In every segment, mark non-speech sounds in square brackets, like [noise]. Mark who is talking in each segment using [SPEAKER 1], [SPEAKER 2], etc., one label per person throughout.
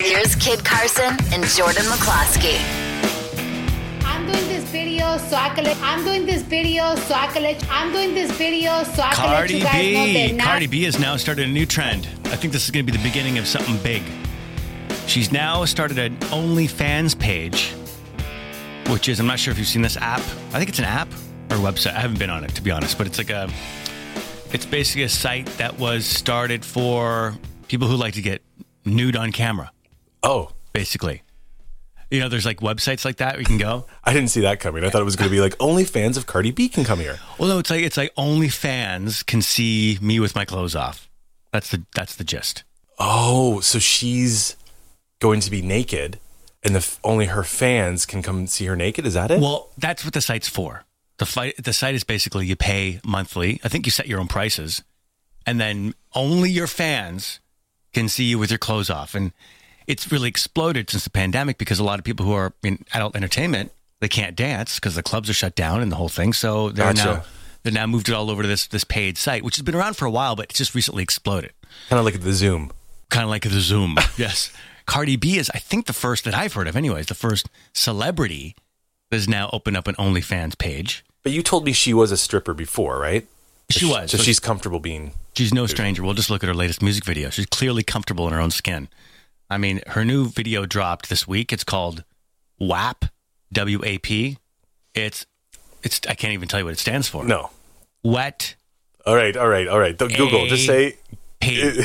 [SPEAKER 1] Here's Kid Carson and Jordan McCloskey.
[SPEAKER 2] I'm doing this video so I can let I'm doing this video so I can let I'm doing this video so I can let
[SPEAKER 3] Cardi
[SPEAKER 2] you guys know
[SPEAKER 3] B.
[SPEAKER 2] that
[SPEAKER 3] Cardi B has now started a new trend. I think this is going to be the beginning of something big. She's now started an OnlyFans page, which is, I'm not sure if you've seen this app. I think it's an app or website. I haven't been on it, to be honest, but it's like a, it's basically a site that was started for people who like to get nude on camera,
[SPEAKER 4] Oh,
[SPEAKER 3] basically. You know, there's like websites like that where you can go.
[SPEAKER 4] I didn't see that coming. I thought it was going to be like only fans of Cardi B can come here.
[SPEAKER 3] Well, no, it's like it's like OnlyFans can see me with my clothes off. That's the that's the gist.
[SPEAKER 4] Oh, so she's going to be naked, and the f- only her fans can come see her naked. Is that it?
[SPEAKER 3] Well, that's what the site's for. The fight, the site is basically you pay monthly. I think you set your own prices, and then only your fans can see you with your clothes off. And it's really exploded since the pandemic because a lot of people who are in adult entertainment they can't dance because the clubs are shut down and the whole thing. So they're
[SPEAKER 4] Gotcha.
[SPEAKER 3] now they're now moved it all over to this this paid site, which has been around for a while, but it's just recently exploded.
[SPEAKER 4] kind of like the Zoom.
[SPEAKER 3] Kind of like the Zoom. yes. Cardi B is, I think, the first that I've heard of, anyways, the first celebrity that has now opened up an OnlyFans page.
[SPEAKER 4] But you told me she was a stripper before, right?
[SPEAKER 3] She was.
[SPEAKER 4] So
[SPEAKER 3] So
[SPEAKER 4] she's comfortable being.
[SPEAKER 3] She's no stranger. We'll just look at her latest music video. She's clearly comfortable in her own skin. I mean, her new video dropped this week. It's called WAP, W A P. It's it's I can't even tell you what it stands for.
[SPEAKER 4] No.
[SPEAKER 3] Wet
[SPEAKER 4] All right. All right. All right. Don't Google. Just say [laughs]
[SPEAKER 3] P.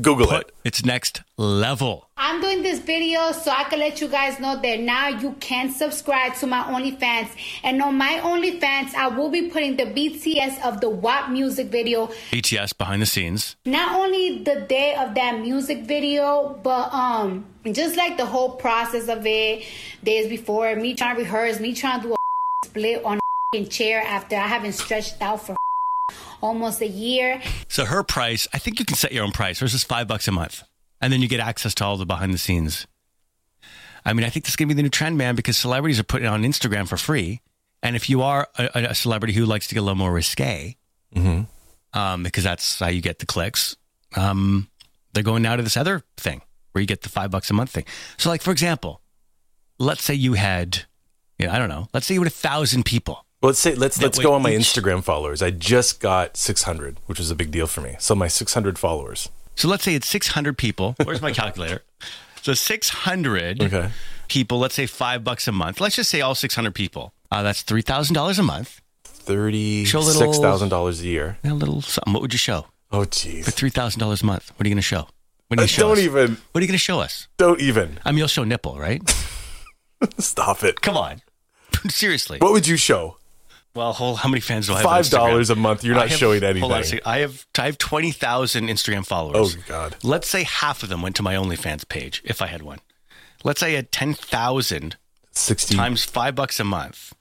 [SPEAKER 4] Google
[SPEAKER 3] Put
[SPEAKER 4] it.
[SPEAKER 3] its next level.
[SPEAKER 2] I'm doing this video so I can let you guys know that now you can subscribe to my OnlyFans. And on my OnlyFans, I will be putting the BTS of the WAP music video.
[SPEAKER 3] BTS behind the scenes.
[SPEAKER 2] Not only the day of that music video, but um just like the whole process of it, days before, me trying to rehearse, me trying to do a split on a chair after I haven't stretched out for almost a year.
[SPEAKER 3] So her price, I think you can set your own price. Hers is five bucks a month, and then you get access to all the behind the scenes. I mean, I think this is gonna be the new trend, man, because celebrities are putting it on Instagram for free, and if you are a, a celebrity who likes to get a little more risque, um, because that's how you get the clicks, um, they're going now to this other thing where you get the five bucks a month thing. So, like for example, let's say you had, you know, I don't know, let's say you had a thousand people.
[SPEAKER 4] Well, let's say let's
[SPEAKER 3] That
[SPEAKER 4] let's
[SPEAKER 3] way
[SPEAKER 4] go on my
[SPEAKER 3] each-
[SPEAKER 4] Instagram followers. I just got 600, which was a big deal for me. So my 600 followers.
[SPEAKER 3] So let's say it's 600 people. Where's my calculator? So 600
[SPEAKER 4] Okay.
[SPEAKER 3] people, let's say five bucks a month. Let's just say all 600 people. Uh, that's $3,000 a month. Show a little-
[SPEAKER 4] Thirty-six thousand dollars a year.
[SPEAKER 3] And a little something. What would you show
[SPEAKER 4] Oh,
[SPEAKER 3] for
[SPEAKER 4] jeez.
[SPEAKER 3] $3,000 a month? What are you going to show? What are you gonna show us?
[SPEAKER 4] Don't even.
[SPEAKER 3] What are you going to show us?
[SPEAKER 4] Don't even.
[SPEAKER 3] I mean, you'll show nipple, right? [laughs]
[SPEAKER 4] Stop it.
[SPEAKER 3] Come on. [laughs] Seriously.
[SPEAKER 4] What would you show?
[SPEAKER 3] Well, hold, how many fans do I have? on
[SPEAKER 4] Five dollars
[SPEAKER 3] Instagram?
[SPEAKER 4] a month. You're
[SPEAKER 3] I
[SPEAKER 4] not
[SPEAKER 3] have-
[SPEAKER 4] showing
[SPEAKER 3] Hold on a
[SPEAKER 4] anything.
[SPEAKER 3] second. I have, I have 20,000 Instagram
[SPEAKER 4] Oh
[SPEAKER 3] followers.
[SPEAKER 4] God.
[SPEAKER 3] Let's say half of them went to my OnlyFans page, if I had one. Let's say I had 10,000
[SPEAKER 4] Sixty.
[SPEAKER 3] times five bucks a month.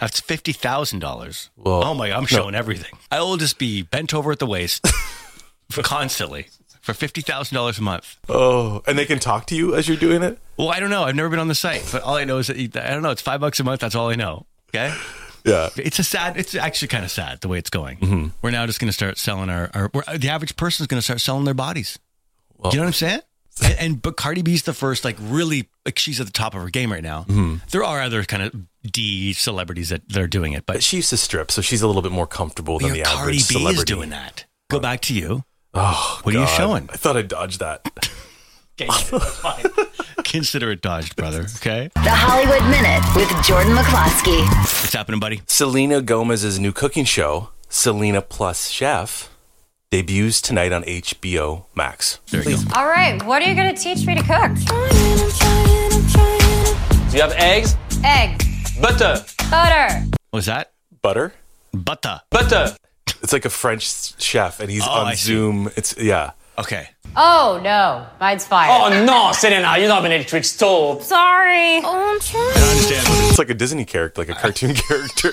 [SPEAKER 3] That's fifty thousand dollars.
[SPEAKER 4] Well,
[SPEAKER 3] Oh my! I'm showing everything. I will just be bent over at the waist for constantly for fifty thousand dollars a month.
[SPEAKER 4] Oh, and they can talk to you as you're doing it.
[SPEAKER 3] Well, I don't know. I've never been on the site, but all I know is that I don't know. It's five bucks a month. That's all I know. Okay,
[SPEAKER 4] Yeah.
[SPEAKER 3] it's a sad. It's actually kind of sad the way it's going.
[SPEAKER 4] Mm-hmm.
[SPEAKER 3] We're now just going to start selling our. our we're, the average person is going to start selling their bodies. you know what I'm saying? And, and but Cardi B's the first, like really, like she's at the top of her game right now.
[SPEAKER 4] Mm-hmm.
[SPEAKER 3] There are other kind of D celebrities that, that are doing it, but
[SPEAKER 4] But she used to strip, so she's a little bit more comfortable than
[SPEAKER 3] Your
[SPEAKER 4] the
[SPEAKER 3] Cardi
[SPEAKER 4] average
[SPEAKER 3] B
[SPEAKER 4] celebrity.
[SPEAKER 3] is doing that. Go back to you.
[SPEAKER 4] Oh,
[SPEAKER 3] What are you
[SPEAKER 4] God. [laughs]
[SPEAKER 3] showing?
[SPEAKER 4] I thought I dodged that.
[SPEAKER 3] [laughs] Consider it dodged, brother. Okay,
[SPEAKER 1] The Hollywood Minute with Jordan McCloskey.
[SPEAKER 3] what's happening, buddy?
[SPEAKER 4] [laughs] Selena Gomez's new cooking show, Selena Plus Chef, debuts tonight on HBO Max.
[SPEAKER 3] There you go.
[SPEAKER 5] All right, what are you going to teach me to cook?
[SPEAKER 6] You have eggs,
[SPEAKER 5] Egg,
[SPEAKER 6] butter,
[SPEAKER 5] butter.
[SPEAKER 3] What's that?
[SPEAKER 4] Butter.
[SPEAKER 3] Butter.
[SPEAKER 6] butter.
[SPEAKER 4] It's like a French chef, and he's
[SPEAKER 3] Oh,
[SPEAKER 4] on
[SPEAKER 3] I see.
[SPEAKER 4] Zoom. It's yeah.
[SPEAKER 3] Okay.
[SPEAKER 5] Oh no, mine's
[SPEAKER 6] Oh
[SPEAKER 5] fire.
[SPEAKER 6] no, Selena, you don't have an electric stove.
[SPEAKER 5] Sorry.
[SPEAKER 3] I understand. what it
[SPEAKER 4] It's like a Disney character, like a cartoon [laughs] character,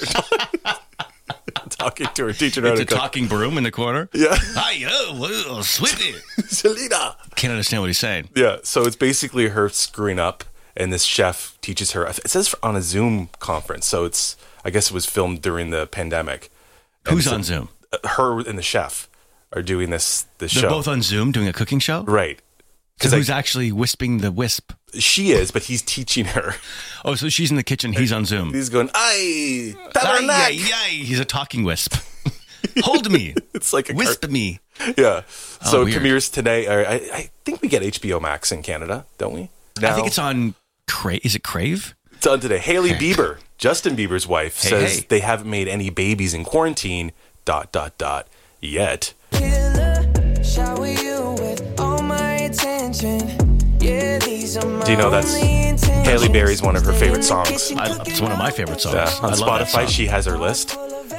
[SPEAKER 4] talking to her, teaching her
[SPEAKER 3] is. It's
[SPEAKER 4] how to
[SPEAKER 3] a
[SPEAKER 4] cook.
[SPEAKER 3] talking broom in the corner.
[SPEAKER 4] Yeah.
[SPEAKER 3] Hi, oh, sweetie.
[SPEAKER 4] Selena.
[SPEAKER 3] [laughs] Can't understand what he's saying.
[SPEAKER 4] Yeah, so it's basically her screwing up, and this chef teaches her. It says on a Zoom conference, so it's I guess it was filmed during the pandemic.
[SPEAKER 3] Who's on Zoom?
[SPEAKER 4] Uh, Her and the chef are doing this. The
[SPEAKER 3] They're
[SPEAKER 4] show,
[SPEAKER 3] both on Zoom doing a cooking show.
[SPEAKER 4] right?
[SPEAKER 3] Because
[SPEAKER 4] I-
[SPEAKER 3] who's actually wisping the wisp?
[SPEAKER 4] She is, but he's teaching her. [laughs]
[SPEAKER 3] Oh, so she's in the kitchen. He's on Zoom.
[SPEAKER 4] He's going, "Ay,
[SPEAKER 3] Ay,
[SPEAKER 4] tabarnak."
[SPEAKER 3] ay, ay. He's a talking wisp. [laughs] Hold me.
[SPEAKER 4] [laughs] It's like a
[SPEAKER 3] wisp
[SPEAKER 4] cart-
[SPEAKER 3] me.
[SPEAKER 4] Yeah. So
[SPEAKER 3] Oh, weird.
[SPEAKER 4] Premieres today. Or I, I think we get HBO Max in Canada, don't we?
[SPEAKER 3] I think it's
[SPEAKER 4] on.
[SPEAKER 3] on. Cra- is it Crave?
[SPEAKER 4] It's on today. Haley Bieber, Justin Bieber's wife,
[SPEAKER 3] Hey,
[SPEAKER 4] says
[SPEAKER 3] hey.
[SPEAKER 4] they haven't made any babies in quarantine. Dot dot dot. Yet.
[SPEAKER 7] Shower you with all my attention. Yeah, these are my
[SPEAKER 4] Do you know that's Haley Berry's one of her favorite songs?
[SPEAKER 3] I, it's one of my favorite songs.
[SPEAKER 4] Yeah.
[SPEAKER 3] I love
[SPEAKER 4] On
[SPEAKER 3] that
[SPEAKER 4] Spotify,
[SPEAKER 3] song.
[SPEAKER 4] she has her list,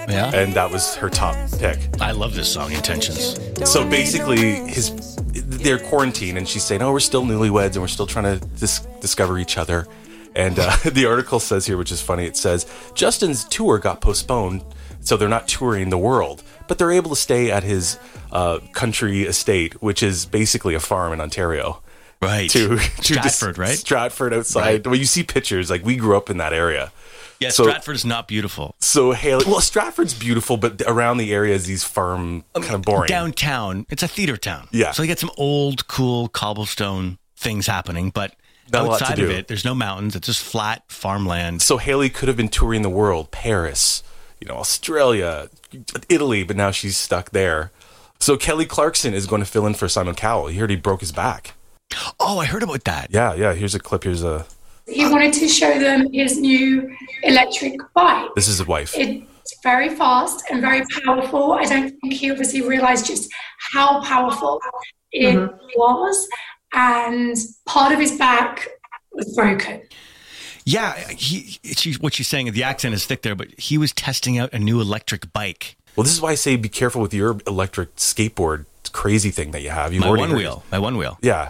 [SPEAKER 3] yeah.
[SPEAKER 4] and that was her top pick.
[SPEAKER 3] I love this song, Intentions.
[SPEAKER 4] So basically, his they're quarantined, and she's saying, "Oh, we're still newlyweds, and we're still trying to dis- discover each other." And uh, [laughs] the article says here, which is funny, it says Justin's tour got postponed, so they're not touring the world, but they're able to stay at his uh, country estate, which is basically a farm in Ontario.
[SPEAKER 3] Right.
[SPEAKER 4] To, [laughs] to dis-
[SPEAKER 3] Stratford, right?
[SPEAKER 4] Stratford outside.
[SPEAKER 3] Right.
[SPEAKER 4] Well, you see pictures. Like we grew up in that area.
[SPEAKER 3] yeah,
[SPEAKER 4] so-
[SPEAKER 3] Stratford is not beautiful.
[SPEAKER 4] So Haley, well, Stratford's beautiful, but around the area is these farm kind of boring.
[SPEAKER 3] Um, Downtown, it's a theater town.
[SPEAKER 4] Yeah.
[SPEAKER 3] So you get some old, cool cobblestone things happening, but
[SPEAKER 4] Not a lot to
[SPEAKER 3] outside of
[SPEAKER 4] do.
[SPEAKER 3] it, there's no mountains. It's just flat farmland.
[SPEAKER 4] So Haley could have been touring the world, Paris, you know, Australia, Italy, but now she's stuck there. So Kelly Clarkson is going to fill in for Simon Cowell. He heard he broke his back.
[SPEAKER 3] Oh, I heard about that.
[SPEAKER 4] Yeah, yeah. Here's a clip. Here's a.
[SPEAKER 8] He wanted to show them his new electric bike.
[SPEAKER 4] This is a wife.
[SPEAKER 8] It's very fast and very powerful. I don't think he obviously realized just how powerful it was. And part of his back was broken.
[SPEAKER 3] Yeah, he, she, what she's saying, the accent is thick there, but he was testing out a new electric bike.
[SPEAKER 4] Well, this is why I say be careful with your electric skateboard crazy thing that you have. You've
[SPEAKER 3] My
[SPEAKER 4] already
[SPEAKER 3] one
[SPEAKER 4] heard-
[SPEAKER 3] wheel. My one wheel.
[SPEAKER 4] Yeah.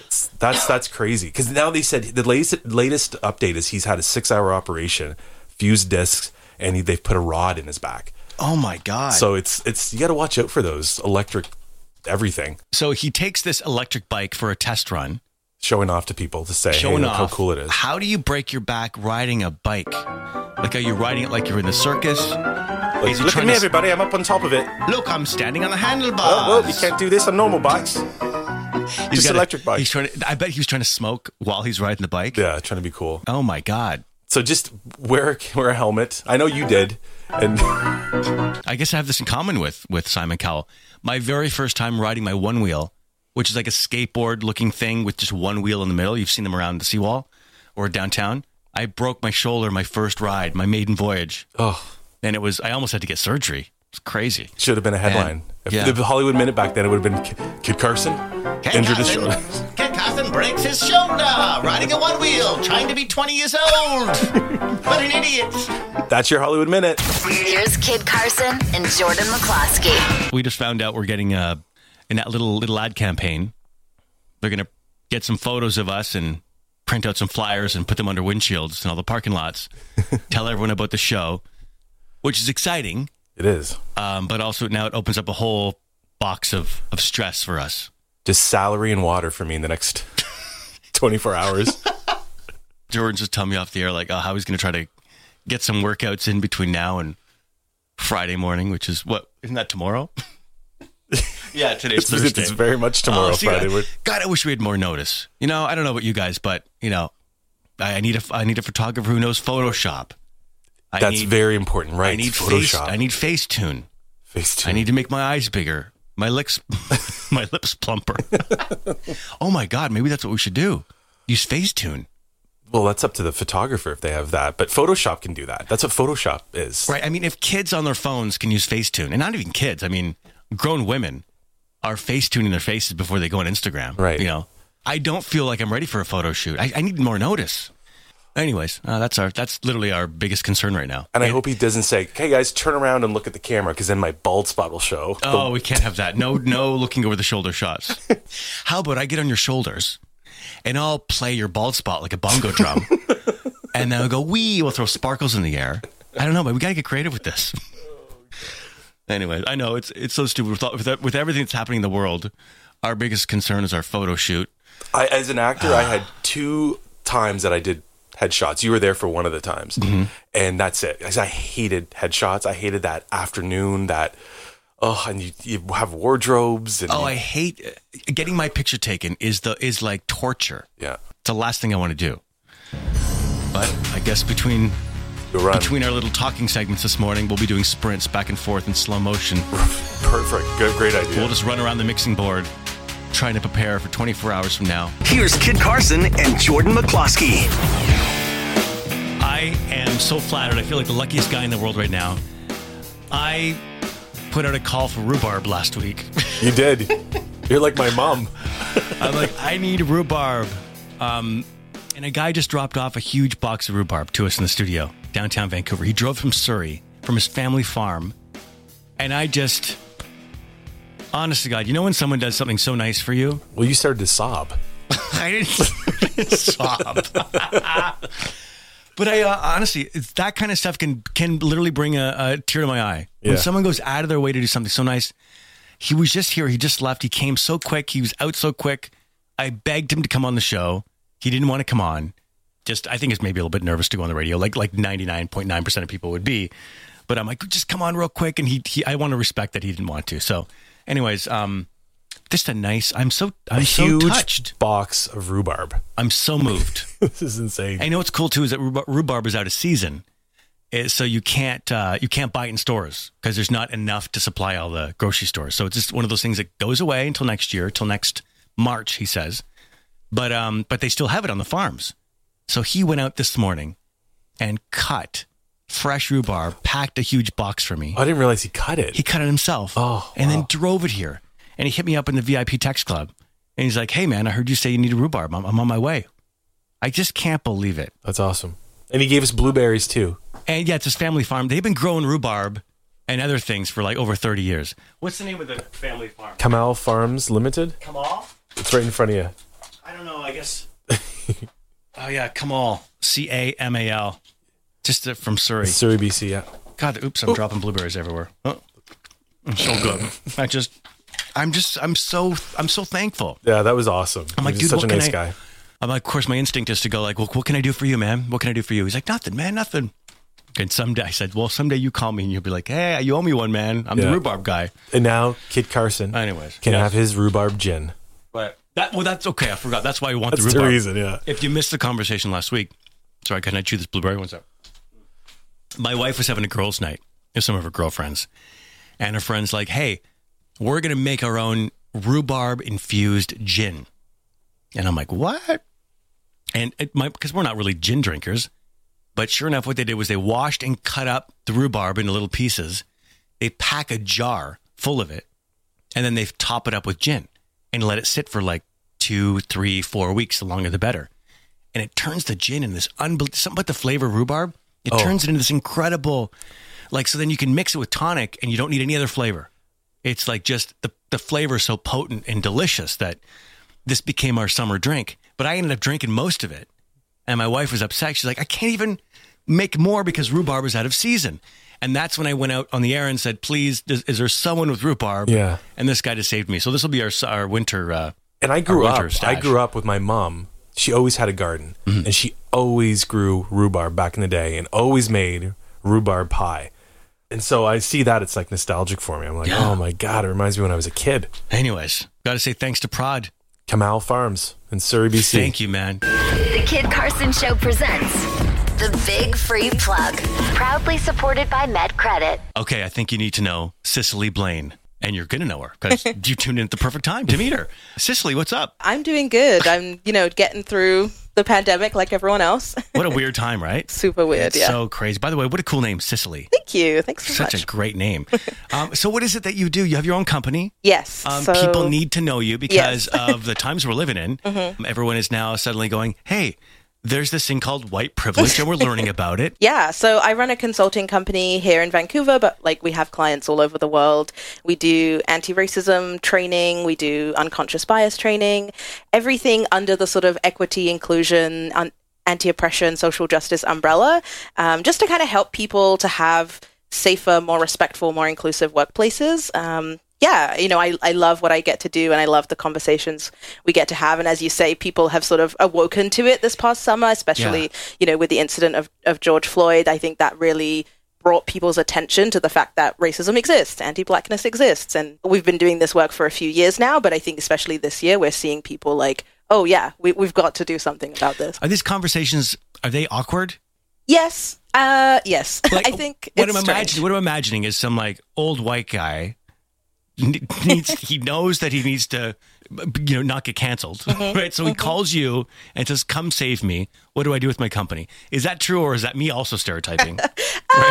[SPEAKER 4] It's- That's that's crazy because now they said the latest latest update is he's had a six hour operation, fused discs, and he, they've put a rod in his back.
[SPEAKER 3] Oh my God. So,
[SPEAKER 4] So it's it's you got to watch out for those electric everything
[SPEAKER 3] so he takes this electric bike for a test run,
[SPEAKER 4] showing off to people to say hey,
[SPEAKER 3] showing
[SPEAKER 4] look
[SPEAKER 3] off
[SPEAKER 4] how cool it is.
[SPEAKER 3] How do you break your back riding a bike? Like, are you riding it like you're in the circus?
[SPEAKER 4] Like,
[SPEAKER 3] Is he
[SPEAKER 4] look at
[SPEAKER 3] trying
[SPEAKER 4] me,
[SPEAKER 3] to- Uh,
[SPEAKER 4] everybody! I'm up on top of it.
[SPEAKER 3] Look, I'm standing on a handlebar.
[SPEAKER 4] Oh, well, you can't do this on normal bikes.
[SPEAKER 3] He's got
[SPEAKER 4] Just
[SPEAKER 3] a-
[SPEAKER 4] electric bike.
[SPEAKER 3] He's trying to, I bet he was trying to smoke while he's riding the bike.
[SPEAKER 4] Yeah, trying to be cool.
[SPEAKER 3] Oh my god!
[SPEAKER 4] So just wear wear a helmet. I know you did, and [laughs]
[SPEAKER 3] I guess I have this in common with with Simon Cowell. My very first time riding my one wheel, which is like a skateboard looking thing with just one wheel in the middle. You've seen them around the seawall or downtown. I broke my shoulder my first ride, my maiden voyage,
[SPEAKER 4] oh,
[SPEAKER 3] and it was I almost had to get surgery. It's crazy.
[SPEAKER 4] should have been a headline. If
[SPEAKER 3] yeah.
[SPEAKER 4] the Hollywood Minute back then, it would have been Ki- Kid Carson injured his shoulder.
[SPEAKER 3] Ken Carson breaks his shoulder riding a one wheel, trying to be 20 years
[SPEAKER 4] [laughs]
[SPEAKER 3] old. what an idiot!
[SPEAKER 4] That's your Hollywood Minute.
[SPEAKER 1] Here's Kid Carson and Jordan McCloskey.
[SPEAKER 3] we just found out we're getting uh in that little little ad campaign they're gonna get some photos of us and print out some flyers and put them under windshields in all the parking lots tell everyone about the show which is exciting
[SPEAKER 4] It is
[SPEAKER 3] um, but also now it opens up a whole box of, of stress for us
[SPEAKER 4] just salary and water for me in the next [laughs] twenty four hours.
[SPEAKER 3] jordan's just telling me off the air like oh, how he's gonna try to get some workouts in between now and friday morning which is what isn't that tomorrow [laughs] yeah today's
[SPEAKER 4] It's,
[SPEAKER 3] thursday
[SPEAKER 4] it's very much tomorrow,
[SPEAKER 3] Oh, see,
[SPEAKER 4] Friday.
[SPEAKER 3] I-
[SPEAKER 4] We're-
[SPEAKER 3] God, I wish we had more notice. You know, I don't know about you guys, but you know, I, I need a I need a photographer who knows Photoshop. [laughs] I
[SPEAKER 4] That's
[SPEAKER 3] need,
[SPEAKER 4] very important, right?
[SPEAKER 3] I need Face,
[SPEAKER 4] Photoshop.
[SPEAKER 3] I need Facetune.
[SPEAKER 4] Facetune.
[SPEAKER 3] I need to make my eyes bigger, my lips, [laughs] my lips plumper. [laughs] oh my God, maybe that's what we should do. Use Facetune,
[SPEAKER 4] Well, that's up to the photographer if they have that, but Photoshop can do that. That's what Photoshop is.
[SPEAKER 3] right? I mean, if kids on their phones can use Facetune, and not even kids, I mean, grown women are Facetuning their faces before they go on Instagram,
[SPEAKER 4] Right.
[SPEAKER 3] You know, I don't feel like I'm ready for a photo shoot. I, I need more notice. Anyways, uh, that's our that's literally our biggest concern right now.
[SPEAKER 4] And I hope he doesn't say, "Hey guys, turn around and look at the camera," because then my bald spot will show.
[SPEAKER 3] Oh, we can't have that. No, no looking over the shoulder shots. How about I get on your shoulders and I'll play your bald spot like a bongo drum. and then I'll go, wee, we'll throw sparkles in the air. I don't know, but we got to get creative with this. anyway, I know it's it's so stupid. With, all- with, with everything that's happening in the world, our biggest concern is our photo shoot.
[SPEAKER 4] I, as an actor, I
[SPEAKER 3] [sighs]
[SPEAKER 4] had two times that I did headshots. You were there for one of the
[SPEAKER 3] Mm-hmm.
[SPEAKER 4] times, and that's it. 'Cause I hated headshots. I hated that afternoon. That oh, and you, you have wardrobes and
[SPEAKER 3] Oh,
[SPEAKER 4] you-
[SPEAKER 3] I hate getting my picture taken. Is the is like torture.
[SPEAKER 4] yeah,
[SPEAKER 3] It's the last thing I want to do. But I guess between
[SPEAKER 4] you run.
[SPEAKER 3] between our little talking segments this morning, we'll be doing sprints back and forth in slow motion.
[SPEAKER 4] Perfect, good, great idea.
[SPEAKER 3] We'll just run around the mixing board, trying to prepare for 24 hours from now.
[SPEAKER 9] Here's Kid Carson and Jordan McCloskey.
[SPEAKER 3] I am so flattered. I feel like the luckiest guy in the world right now. I put out a call for rhubarb last week. [laughs]
[SPEAKER 4] you did. You're like my mom.
[SPEAKER 3] I'm like, I need rhubarb. Um, and a guy just dropped off a huge box of rhubarb to us in the studio, downtown Vancouver. He drove from Surrey, from his family farm. And I just, honest to God, you know when someone does something so nice for you?
[SPEAKER 4] Well, you started to sob.
[SPEAKER 3] I didn't [laughs] sob. but I uh, honestly, it's, that kind of stuff can can literally bring a, a tear to my eye when
[SPEAKER 4] Yeah.
[SPEAKER 3] someone goes out of their way to do something so nice. He was just here. He just left. He came so quick. He was out so quick. I begged him to come on the show. He didn't want to come on. Just I think it's maybe a little bit nervous to go on the radio, like like ninety nine point nine percent of people would be. But I'm like, just come on real quick. And he, he I want to respect that he didn't want to. So, anyways, um, just a nice. I'm so I'm
[SPEAKER 4] a
[SPEAKER 3] so
[SPEAKER 4] huge
[SPEAKER 3] touched.
[SPEAKER 4] box of rhubarb. [laughs]
[SPEAKER 3] I'm so moved.
[SPEAKER 4] this is insane.
[SPEAKER 3] I know what's cool too is that rhubarb, rhubarb is out of season, Eh, so you can't uh, you can't buy it in stores because there's not enough to supply all the grocery stores. So it's just one of those things that goes away until next year, till next March, he says. But um, but they still have it on the farms. So he went out this morning and cut fresh rhubarb, packed a huge box for me.
[SPEAKER 4] I didn't realize he cut it.
[SPEAKER 3] He cut it himself.
[SPEAKER 4] Oh,
[SPEAKER 3] and then
[SPEAKER 4] wow.
[SPEAKER 3] drove it here. And he hit me up in the VIP text club. And he's like, hey, man, I heard you say you need a rhubarb. I'm, I'm on my way. I just can't believe it.
[SPEAKER 4] That's awesome. And he gave us blueberries too.
[SPEAKER 3] And yeah, it's his family farm. They've been growing rhubarb and other things for like over 30 years. What's the name of the family farm?
[SPEAKER 4] Kamal Farms Limited.
[SPEAKER 3] Kamal?
[SPEAKER 4] It's right in front of you.
[SPEAKER 3] I don't know. I
[SPEAKER 4] [laughs]
[SPEAKER 3] guess. oh, yeah. Kamal. C A M A L. Just uh, from Surrey.
[SPEAKER 4] Surrey, BC. Yeah.
[SPEAKER 3] God, oops, I'm dropping blueberries everywhere. Oh, I'm so
[SPEAKER 4] [laughs]
[SPEAKER 3] good. I just, I'm just, I'm so, I'm so thankful.
[SPEAKER 4] Yeah, that was awesome.
[SPEAKER 3] I'm like,
[SPEAKER 4] He's
[SPEAKER 3] dude,
[SPEAKER 4] such
[SPEAKER 3] what
[SPEAKER 4] a
[SPEAKER 3] can
[SPEAKER 4] nice
[SPEAKER 3] I-
[SPEAKER 4] guy.
[SPEAKER 3] I'm like, of course, my instinct is to go like, well, what can I do for you, man? What can I do for you? He's like, nothing, man, nothing. And someday I said, well, someday you call me and you'll be like, hey, you owe me one, man. I'm the
[SPEAKER 4] Yeah.
[SPEAKER 3] rhubarb guy.
[SPEAKER 4] And now Kid Carson
[SPEAKER 3] Anyways,
[SPEAKER 4] can
[SPEAKER 3] yes.
[SPEAKER 4] have his rhubarb gin.
[SPEAKER 3] But that well, that's okay. I forgot. That's why you want
[SPEAKER 4] That's
[SPEAKER 3] the
[SPEAKER 4] the,
[SPEAKER 3] rhubarb.
[SPEAKER 4] reason. Yeah.
[SPEAKER 3] If you missed the conversation last week, sorry, can I chew this blueberry? One sec. My wife was having a girls' night with some of her girlfriends, and her friends like, "Hey, we're gonna make our own rhubarb infused gin," and I'm like, "What?" And it, my because we're not really gin drinkers, but sure enough, what they did was they washed and cut up the rhubarb into little pieces. They pack a jar full of it, and then they top it up with gin and let it sit for like two, three, four weeks. The longer, the better. And it turns the gin in this unbelievable something about the flavor of rhubarb. It
[SPEAKER 4] Oh.
[SPEAKER 3] turns it into this incredible, like so. Then you can mix it with tonic, and you don't need any other flavor. It's like just the the flavor is so potent and delicious that this became our summer drink. But I ended up drinking most of it, and my wife was upset. She's like, I can't even make more because rhubarb is out of season. And that's when I went out on the air and said, "Please, is, is there someone with rhubarb?"
[SPEAKER 4] Yeah.
[SPEAKER 3] And this guy just saved me. So this will be our our winter. Uh,
[SPEAKER 4] And I grew
[SPEAKER 3] Our winter
[SPEAKER 4] up.
[SPEAKER 3] stash. Mm-hmm.
[SPEAKER 4] I grew up with my mom. She always had a garden, and she always grew rhubarb back in the day, and always made rhubarb pie. And so I see that it's like nostalgic for me. I'm like,
[SPEAKER 3] Yeah.
[SPEAKER 4] oh my god, it reminds me when I was a kid.
[SPEAKER 3] anyways, got to say thanks to Prod.
[SPEAKER 4] Kamal Farms in Surrey, BC.
[SPEAKER 3] Thank you, man.
[SPEAKER 1] The Kid Carson Show presents The Big Free Plug, proudly supported by Med Credit.
[SPEAKER 3] Okay, I think you need to know Cicely Blaine, and you're gonna know her
[SPEAKER 10] [laughs]
[SPEAKER 3] because you tuned in at the perfect time to meet her. Cicely, what's up?
[SPEAKER 10] I'm doing good. I'm, you know, getting through the pandemic like everyone else. [laughs]
[SPEAKER 3] What a weird time, right?
[SPEAKER 10] Super weird, yeah.
[SPEAKER 3] So crazy. By the way, what a cool name, Cicely.
[SPEAKER 10] Thank you. Thanks so
[SPEAKER 3] Such
[SPEAKER 10] much.
[SPEAKER 3] a great name.
[SPEAKER 10] [laughs]
[SPEAKER 3] Um, so, what is it that you do? You have your own company.
[SPEAKER 10] yes.
[SPEAKER 3] Um,
[SPEAKER 10] so
[SPEAKER 3] people need to know you because
[SPEAKER 10] Yes. Mm-hmm.
[SPEAKER 3] of
[SPEAKER 10] [laughs]
[SPEAKER 3] the times we're living in. Um, Everyone is now suddenly going, hey, there's this thing called white privilege, and we're
[SPEAKER 10] [laughs]
[SPEAKER 3] learning about it.
[SPEAKER 10] Yeah, so I run a consulting company here in Vancouver, but like we have clients all over the world. We do anti racism training, we do unconscious bias training, everything under the sort of equity, inclusion, un- anti oppression, social justice umbrella, um, just to kind of help people to have safer, more respectful, more inclusive workplaces. Um, yeah, you know, I, I love what I get to do and I love the conversations we get to have. And as you say, people have sort of awoken to it this past summer, especially, you know, with the incident of, of George Floyd. I think that really brought people's attention to the fact that racism exists, anti blackness exists. And we've been doing this work for a few years now, but I think especially this year, we're seeing people like, oh, yeah, we, we've got to do something about this.
[SPEAKER 3] Are these conversations are they awkward?
[SPEAKER 10] Yes. Uh, yes. I think
[SPEAKER 3] What
[SPEAKER 10] it's
[SPEAKER 3] I'm
[SPEAKER 10] strange.
[SPEAKER 3] imagining, what I'm imagining is some like old white guy ne- [laughs] needs he knows that he needs to you know not get canceled,
[SPEAKER 10] Mm-hmm.
[SPEAKER 3] [laughs] right? So he calls you and says, "Come save me. What do I do with my company?" Is that true, or is that me also
[SPEAKER 10] [laughs]
[SPEAKER 3] stereotyping?
[SPEAKER 10] Um,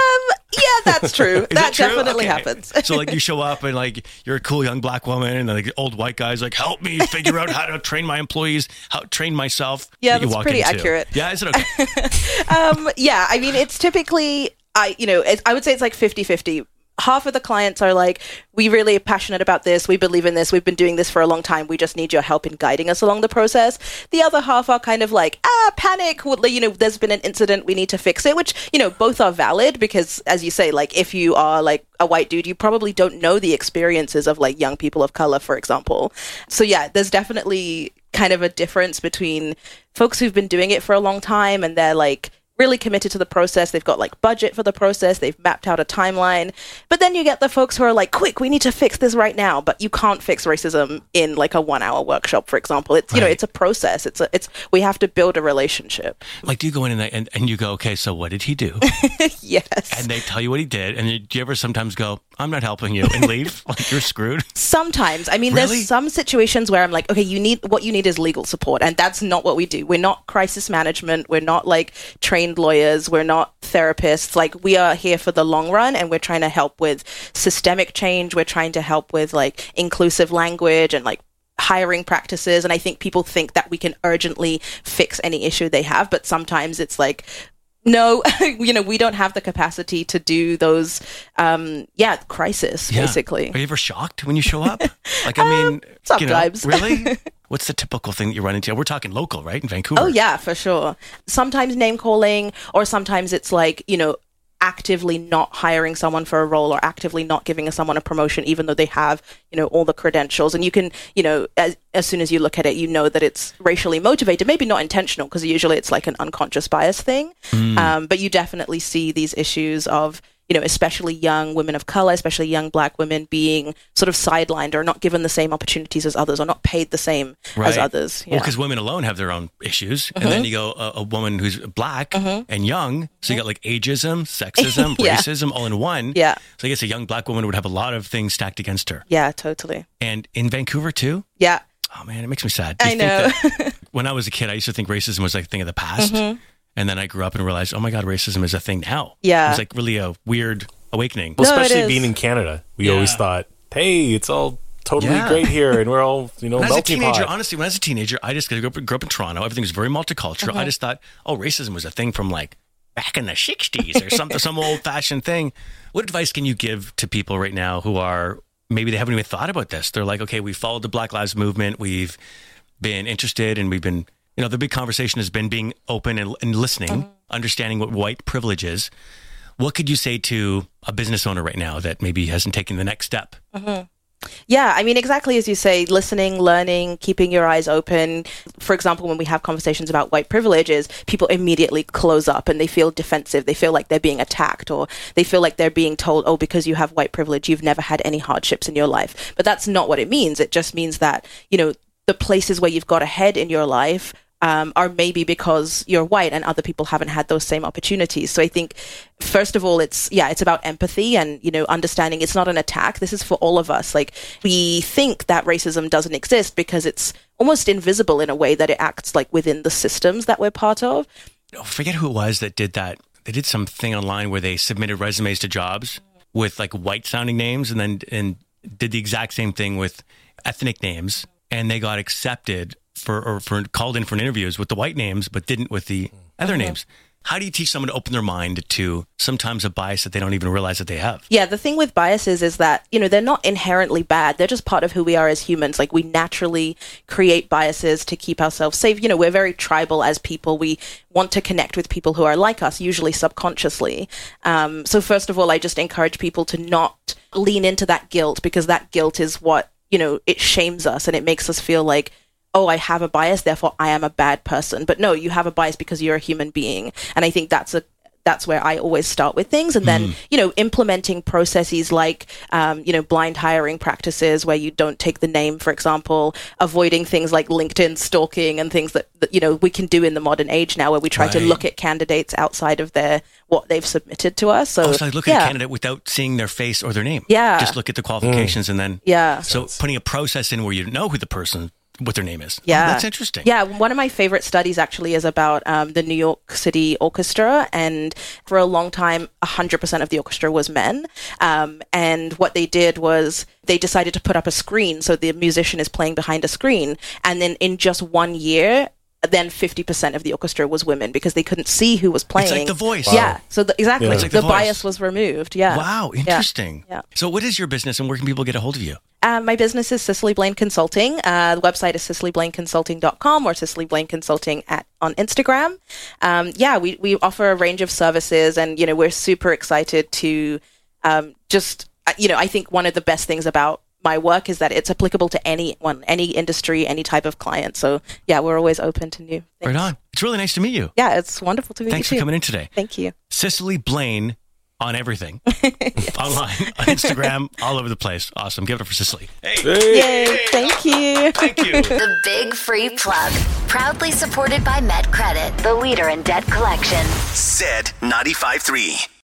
[SPEAKER 10] Yeah, that's true.
[SPEAKER 3] [laughs] Is
[SPEAKER 10] that
[SPEAKER 3] it true?
[SPEAKER 10] definitely
[SPEAKER 3] Okay.
[SPEAKER 10] happens.
[SPEAKER 3] [laughs] so like you show up and like you're a cool young black woman and like the old white guy's like help me figure out how to train my employees, how to train myself.
[SPEAKER 10] Yeah,
[SPEAKER 3] that you
[SPEAKER 10] that's
[SPEAKER 3] walk
[SPEAKER 10] pretty
[SPEAKER 3] into.
[SPEAKER 10] accurate.
[SPEAKER 3] Yeah, is it okay?
[SPEAKER 10] [laughs] um, yeah, I mean, it's typically, I you know, it, I would say it's like 50 50. Half of the clients are like, we really are passionate about this. We believe in this. We've been doing this for a long time. We just need your help in guiding us along the process. The other half are kind of like, ah, panic. Well, You know, there's been an incident. We need to fix it, which, you know, both are valid because, as you say, like, if you are like a white dude, you probably don't know the experiences of like young people of color, for example. So, yeah, there's definitely kind of a difference between folks who've been doing it for a long time and they're like really committed to the process they've got like budget for the process they've mapped out a timeline but then you get the folks who are like quick we need to fix this right now but you can't fix racism in like a 1 hour workshop for example it's you know
[SPEAKER 3] Right.
[SPEAKER 10] it's a process it's a, it's we have to build a relationship [laughs]
[SPEAKER 3] Like, do you go in and, they- and, and you go, okay, so what did he do?
[SPEAKER 10] yes
[SPEAKER 3] And they tell you what he did. And then do you ever sometimes go, I'm not helping you and
[SPEAKER 10] [laughs]
[SPEAKER 3] leave? like, you're screwed.
[SPEAKER 10] Sometimes. I mean,
[SPEAKER 3] Really?
[SPEAKER 10] there's some situations where I'm like, okay, you need what you need is legal support, and that's not what we do. We're not crisis management. We're not like trained lawyers. We're not therapists. Like we are here for the long run, and we're trying to help with systemic change. We're trying to help with like inclusive language and like hiring practices and i think people think that we can urgently fix any issue they have but sometimes it's like no [laughs] you know we don't have the capacity to do those um yeah crisis
[SPEAKER 3] Yeah.
[SPEAKER 10] basically Um,
[SPEAKER 3] Are you ever shocked when you show
[SPEAKER 10] [laughs]
[SPEAKER 3] up? Like, I mean, you know,
[SPEAKER 10] sometimes. [laughs]
[SPEAKER 3] really? What's the typical thing that you run into? We're talking local, right? In Vancouver.
[SPEAKER 10] Oh yeah, for sure. Sometimes name calling, or sometimes it's like you know actively not hiring someone for a role or actively not giving someone a promotion even though they have you know all the credentials and you can you know as, as soon as you look at it you know that it's racially motivated maybe not intentional because usually it's like an unconscious bias thing um, but you definitely see these issues of you know especially young women of color especially young black women being sort of sidelined or not given the same opportunities as others or not paid the same as others
[SPEAKER 3] Well,
[SPEAKER 10] Yeah. Uh-huh.
[SPEAKER 3] because women alone have their own issues, and then you go a, a woman who's black and young, so you got like ageism, sexism,
[SPEAKER 10] Uh-huh. [laughs] Yeah.
[SPEAKER 3] racism, all in one.
[SPEAKER 10] Yeah.
[SPEAKER 3] So I guess a young black woman would have a lot of things stacked against her,
[SPEAKER 10] yeah totally
[SPEAKER 3] and in Vancouver too.
[SPEAKER 10] Yeah.
[SPEAKER 3] Oh man, it makes me sad. Do
[SPEAKER 10] I
[SPEAKER 3] you think
[SPEAKER 10] [laughs]
[SPEAKER 3] that- when I was a kid, I used to think racism was like a thing of the past,
[SPEAKER 10] Mm-hmm.
[SPEAKER 3] and then I grew up and realized, oh my god, racism is a thing now.
[SPEAKER 10] Yeah.
[SPEAKER 3] it was like really a weird awakening.
[SPEAKER 4] Well,
[SPEAKER 10] No, it
[SPEAKER 4] especially
[SPEAKER 10] is.
[SPEAKER 4] being in Canada, we always thought, "Hey, it's all totally
[SPEAKER 3] Yeah.
[SPEAKER 4] great here, and we're all you know
[SPEAKER 3] When I was a
[SPEAKER 4] melting
[SPEAKER 3] teenager,
[SPEAKER 4] pot."
[SPEAKER 3] honestly, when I was a teenager, I just grew up, grew up in Toronto. Everything was very multicultural. I just thought, oh, racism was a thing from like back in the '60s or something,
[SPEAKER 4] [laughs]
[SPEAKER 3] some old-fashioned thing. What advice can you give to people right now who are maybe they haven't even thought about this? They're like, okay, we followed the Black Lives Movement. We've been interested, and we've been, you know, the big conversation has been being open and, and listening, understanding what white privilege is. What could you say to a business owner right now that maybe hasn't taken the next step?
[SPEAKER 10] Yeah, I mean, exactly as you say, listening, learning, keeping your eyes open. For example, when we have conversations about white privilege, is people immediately close up and they feel defensive. They feel like they're being attacked or they feel like they're being told, oh, because you have white privilege, you've never had any hardships in your life. But that's not what it means. It just means that, you know, the places where you've got ahead in your life um, are maybe because you're white and other people haven't had those same opportunities. So I think, first of all, it's yeah, it's about empathy and you know understanding it's not an attack. This is for all of us. Like we think that racism doesn't exist because it's almost invisible in a way that it acts like within the systems that we're part of.
[SPEAKER 3] I forget who it was that did that. They did something online where they submitted resumes to jobs with like white sounding names and then and did the exact same thing with ethnic names and they got accepted for or for called in for interviews with the white names but didn't with the other names. How do you teach someone to open their mind to sometimes a bias that they don't even realize that they have?
[SPEAKER 10] Yeah, the thing with biases is that, you know, they're not inherently bad. They're just part of who we are as humans. Like we naturally create biases to keep ourselves safe. You know, we're very tribal as people. We want to connect with people who are like us, usually subconsciously. Um, so first of all, I just encourage people to not lean into that guilt because that guilt is what, you know, it shames us and it makes us feel like, oh, I have a bias, therefore I am a bad person. But no, you have a bias because you're a human being. And I think that's a that's where I always start with things. And
[SPEAKER 3] Hmm.
[SPEAKER 10] then,
[SPEAKER 11] Mm.
[SPEAKER 10] you know, implementing processes like, um, you know, blind hiring practices where you don't take the name, for example, avoiding things like LinkedIn stalking and things that, that you know, we can do in the modern age now where we try to
[SPEAKER 3] Right.
[SPEAKER 10] look at candidates outside of their, what they've submitted to us. So,
[SPEAKER 3] oh, so I look at a
[SPEAKER 10] yeah.
[SPEAKER 3] candidate without seeing their face or their name.
[SPEAKER 10] Yeah. Mm.
[SPEAKER 3] Just look at the qualifications and then.
[SPEAKER 10] Yeah.
[SPEAKER 3] So putting a process in where you know who the person, what their name is.
[SPEAKER 10] Yeah,
[SPEAKER 3] Oh, that's interesting.
[SPEAKER 10] Yeah, one of my favorite studies actually is about um, the New York City Orchestra, and for a long time, 100% of the orchestra was men. Um, and what they did was they decided to put up a screen, so the musician is playing behind a screen, and then in just one year. Then fifty percent of the orchestra was women because they couldn't see who was playing.
[SPEAKER 3] like The Voice.
[SPEAKER 10] Yeah.
[SPEAKER 3] Wow.
[SPEAKER 10] So the, exactly,
[SPEAKER 3] Yeah. It's like The
[SPEAKER 10] the,
[SPEAKER 3] Voice.
[SPEAKER 10] bias was removed. Yeah.
[SPEAKER 3] Wow,
[SPEAKER 10] Yeah.
[SPEAKER 3] interesting.
[SPEAKER 10] yeah.
[SPEAKER 3] So, what is your business and where can people get a hold of you?
[SPEAKER 10] Uh, my business is Cicely Blaine Consulting. Uh, the website is cicelyblaineconsulting.com or Cicely Blaine Consulting at, on Instagram. Um, yeah, we, we offer a range of services and, you know, we're super excited to um, just, uh, you know, I think one of the best things about my work is that it's applicable to anyone, any industry, any type of client. So, yeah, we're always open to new things.
[SPEAKER 3] Right on. It's really nice to meet you.
[SPEAKER 10] Yeah, it's wonderful to meet
[SPEAKER 3] Thanks for
[SPEAKER 10] you. too.
[SPEAKER 3] coming in today.
[SPEAKER 10] Thank you.
[SPEAKER 3] Cicely Blaine on
[SPEAKER 10] [laughs]
[SPEAKER 3] everything online, on Instagram, all over the place. Awesome. Give it up for Cicely. Hey.
[SPEAKER 10] Yay. Thank you.
[SPEAKER 3] Thank you.
[SPEAKER 1] The Big Free Plug. Proudly supported by MedCredit, the leader in debt collection.
[SPEAKER 9] Said 95.3.